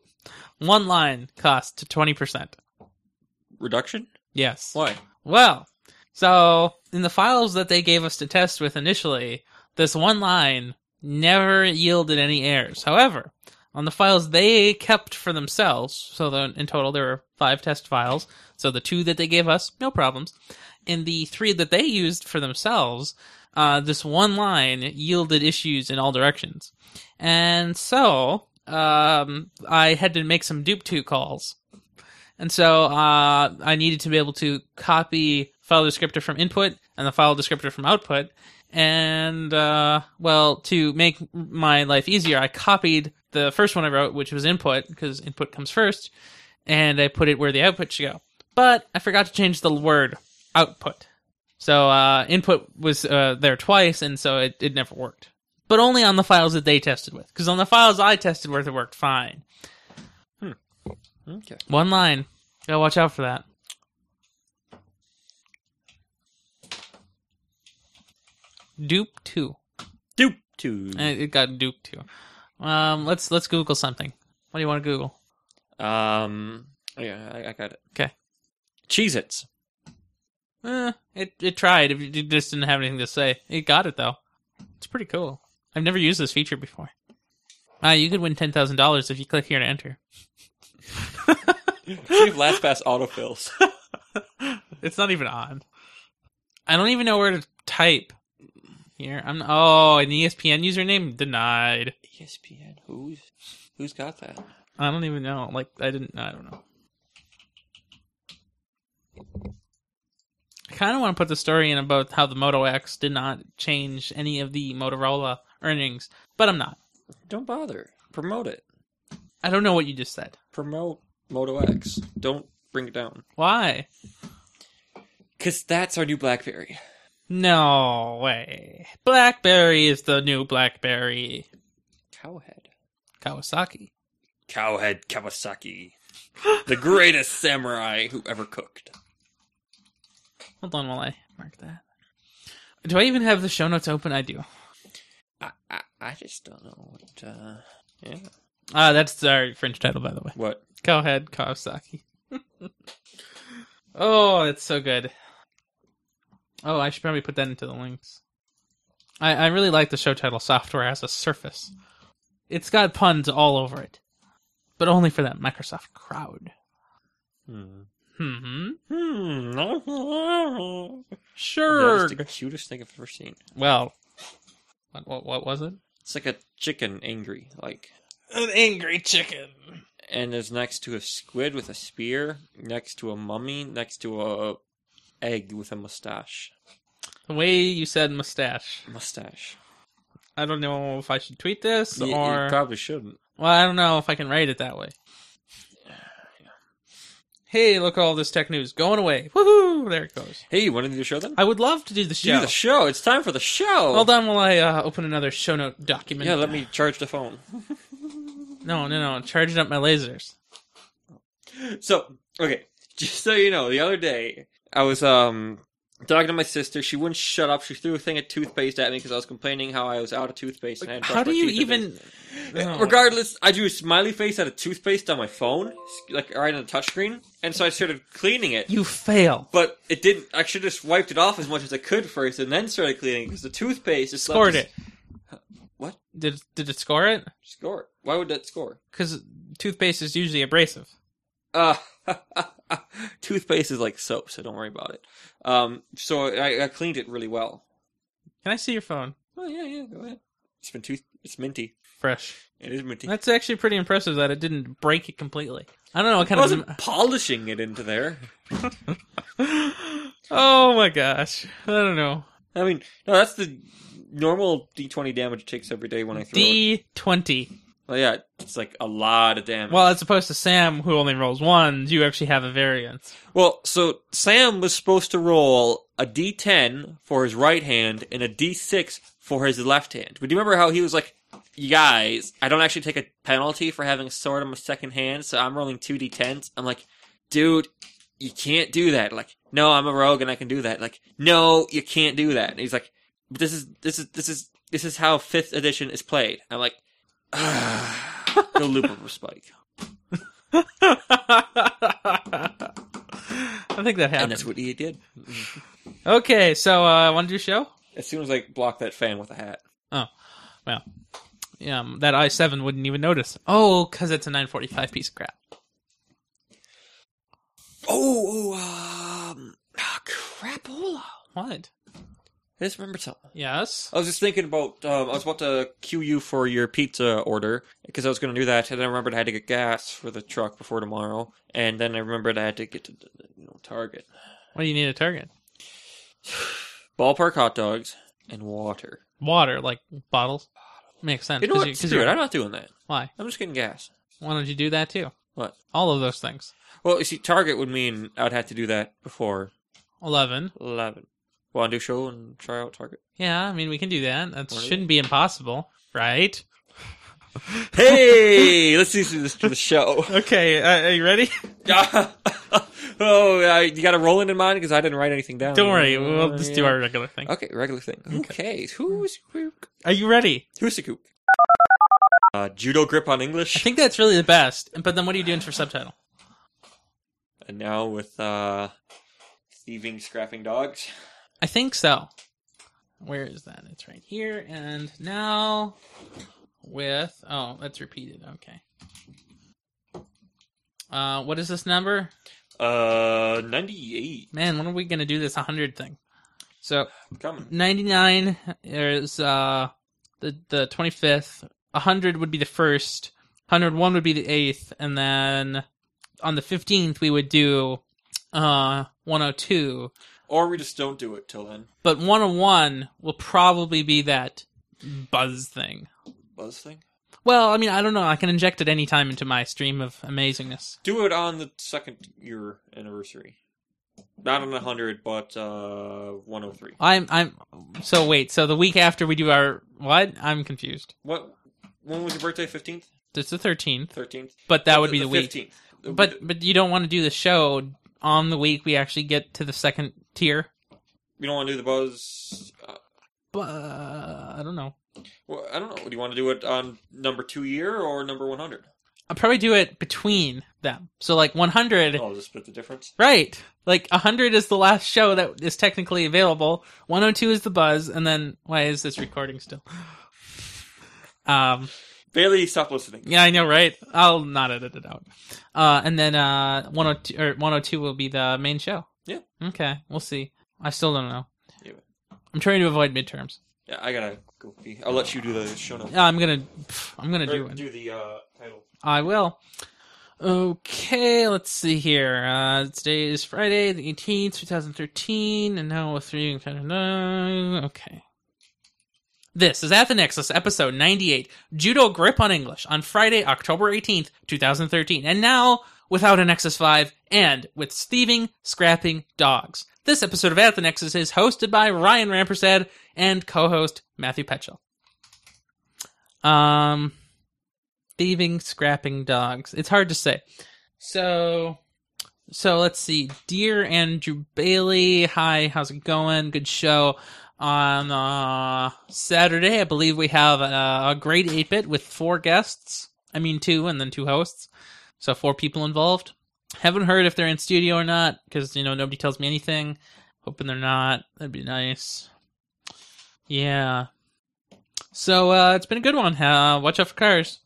one line cost twenty percent.
Reduction?
Yes.
Why?
Well, so in the files that they gave us to test with initially, this one line never yielded any errors. However, on the files they kept for themselves, so the, in total there were five test files. So the two that they gave us, no problems. And the three that they used for themselves, uh, this one line yielded issues in all directions. And so um, I had to make some dupe two calls. And so uh, I needed to be able to copy file descriptor from input and the file descriptor from output. And uh, well, to make my life easier, I copied the first one I wrote, which was input, because input comes first, and I put it where the output should go. But I forgot to change the word output. So uh, input was uh, there twice, and so it, it never worked. But only on the files that they tested with, because on the files I tested with, it worked fine.
Okay.
One line. Gotta watch out for that. Dupe two.
Doop two.
Eh, It got dupe two. Um, let's let's Google something. What do you want to Google?
Um. Yeah, I, I got it.
'Kay.
Cheez Its.
Eh, it it tried. If you you just didn't have anything to say, it got it though. It's pretty cool. I've never used this feature before. Ah, you could win ten thousand dollars if you click here to enter.
See if LastPass autofills.
It's not even on. I don't even know where to type. Here, I'm. Oh, an ESPN username denied.
E ESPN. Who's who's got that?
I don't even know. Like I didn't. I don't know. I kind of want to put the story in about how the Moto X did not change any of the Motorola earnings, but I'm not.
Don't bother. Promote it.
I don't know what you just said.
Promote Moto X. Don't bring it down.
Why?
Cause that's our new BlackBerry.
No way. Blackberry is the new Blackberry.
Cowhead.
Kawasaki.
Cowhead Kawasaki. the greatest samurai who ever cooked.
Hold on while I mark that. Do I even have the show notes open? I do.
I, I, I just don't know what. Uh, yeah.
Uh, that's our French title, by the way.
What?
Go ahead, Kawasaki. oh, it's so good. Oh, I should probably put that into the links. I, I really like the show title Software as a Surface. It's got puns all over it. But only for that Microsoft crowd.
Hmm.
Hmm.
Hmm.
Sure.
That is the cutest thing I've ever seen.
Well, what, what what was it?
It's like a chicken angry, like,
An angry chicken.
and is next to a squid with a spear, next to a mummy, next to a egg with a mustache.
The way you said mustache.
Mustache.
I don't know if I should tweet this
You- you
or
probably shouldn't.
Well, I don't know if I can write it that way. Hey, look at all this tech news going away. Woohoo! There it goes.
Hey, you want to do the show then?
I would love to do the
Do
show.
the show. It's time for the show.
Hold on while I uh, open another show note document.
Yeah, let me charge the phone.
No, no, no. Charging up my lasers.
So, okay, just so you know, the other day I was um talking to my sister. She wouldn't shut up. She threw a thing of toothpaste at me because I was complaining how I was out of toothpaste. And I had
How do you even? No.
Oh. Regardless, I drew a smiley face out of toothpaste on my phone, like right on the touchscreen, and so I started cleaning it.
You fail.
But it didn't. I should have just wiped it off as much as I could first, and then started cleaning because the toothpaste is
Scored it.
What?
Did did it score it?
Score. Why would that score?
Because toothpaste is usually abrasive.
Uh, toothpaste is like soap, so don't worry about it. Um, so I, I cleaned it really well.
Can I see your phone?
Oh yeah, yeah, go ahead. It's been tooth. It's minty.
Fresh.
It is minty.
That's actually pretty impressive that it didn't break it completely. I don't know what
I
kind of
wasn't polishing it into there.
oh my gosh. I don't know.
I mean, no, that's the normal D20 damage it takes every day when I throw it.
D20.
Well, yeah, it's like a lot of damage.
Well, as opposed to Sam, who only rolls ones, you actually have a variance.
Well, so Sam was supposed to roll a D10 for his right hand and a D6 for his left hand. But do you remember how he was like, "You guys, I don't actually take a penalty for having a sword in my second hand, so I'm rolling two D10s." I'm like, "Dude, you can't do that." Like, "No, I'm a rogue and I can do that." Like, "No, you can't do that." And he's like, "But this is this is this is this is how 5th edition is played." I'm like, "Ah, "The loop of spike."
I think that
And that's
happened.
what he did.
Okay, so uh, want to do show?
As soon as I blocked that fan with a hat.
Yeah, um, that i7 wouldn't even notice. Oh, because it's a 945 piece of crap.
Oh, oh, um, ah, crapola.
What?
I just remembered something.
Yes.
I was just thinking about, um, I was about to queue you for your pizza order because I was going to do that, and then I remembered I had to get gas for the truck before tomorrow, and then I remembered I had to get to the- the, you know, Target.
What do you need a target?
Ballpark hot dogs and water.
Water, like bottles. Makes sense.
You know
'cause
what?
you- 'cause
Screw
you-
it. I'm not doing that.
Why?
I'm just getting gas.
Why don't you do that too?
What?
All of those things.
Well, you see, Target would mean I'd have to do that before
11.
11. Want to do a show and try out Target?
Yeah, I mean, we can do that. That
Or-
shouldn't be impossible, right?
Hey! let's do this to the show.
Okay, uh, are you ready?
oh, uh, you got a rolling in mind because I didn't write anything down.
Don't worry, we'll just do our regular thing.
Oh, okay regular thing. Okay, who's
Are you ready?
who's the kook? Uh, judo grip on English,
I think that's really the best. But then what are you doing for subtitle?
and now with uh, thieving, scrapping dogs.
I think so. Where is that? It's right here. And now with. Oh, that's repeated. Okay. Uh, what is this number?
Uh, ninety-eight
Man, when are we going to do this 100 thing? So
coming.
99 is uh the the 25th 100 would be the first 101 would be the 8th and then on the 15th we would do uh 102
Or we just don't do it till then.
but 101 will probably be that buzz thing
Buzz thing.
well i mean i don't know i can inject it any time into my stream of amazingness
Do it on the second year anniversary. Not on 100, but uh, 103.
I'm I'm so wait, so the week after we do our what? I'm confused.
What? When was your birthday? 15th?
It's the 13th,
13th?
but that would be the, week.
15th.
But but you don't want to do the show on the week we actually get to the second tier.
We don't want to do the buzz. Uh,
But uh, I don't know.
well, I don't know. Do you want to do it on number two year or number 100?
I'll probably do it between them. So like 100,
Oh, just split the difference?
right? Like 100 is the last show that is technically available. 102 is the buzz, and then why is this recording still? Um.
Bailey, stop listening.
Yeah, I know, right? I'll not edit it out. Uh, and then uh, 102 or 102 will be the main show.
Yeah.
Okay, we'll see. I still don't know.
Yeah.
I'm trying to avoid midterms.
Yeah, I gotta go pee. I'll let you do the show notes.
Uh, I'm gonna, pff, I'm gonna
Or
do it.
do the uh, title.
I will. Okay, let's see here. Uh, today is Friday, the 18th, 2013, and now with three. Okay. This is At the Nexus, episode 98, Judo Grip on English, on Friday, October 18th, 2013. And now, without a Nexus 5, and with thieving, scrapping dogs. This episode of At the Nexus is hosted by Ryan Rampersad and co host Matthew Petchel. Um thieving, scrapping dogs. It's hard to say. So, so let's see. Dear Andrew Bailey, hi, how's it going? Good show. On uh, Saturday, I believe we have a, a great 8 bit with four guests. I mean, two and then two hosts. So, four people involved. Haven't heard if they're in studio or not because, you know, nobody tells me anything. Hoping they're not. That'd be nice. Yeah. So, uh, it's been a good one. Uh, watch out for cars.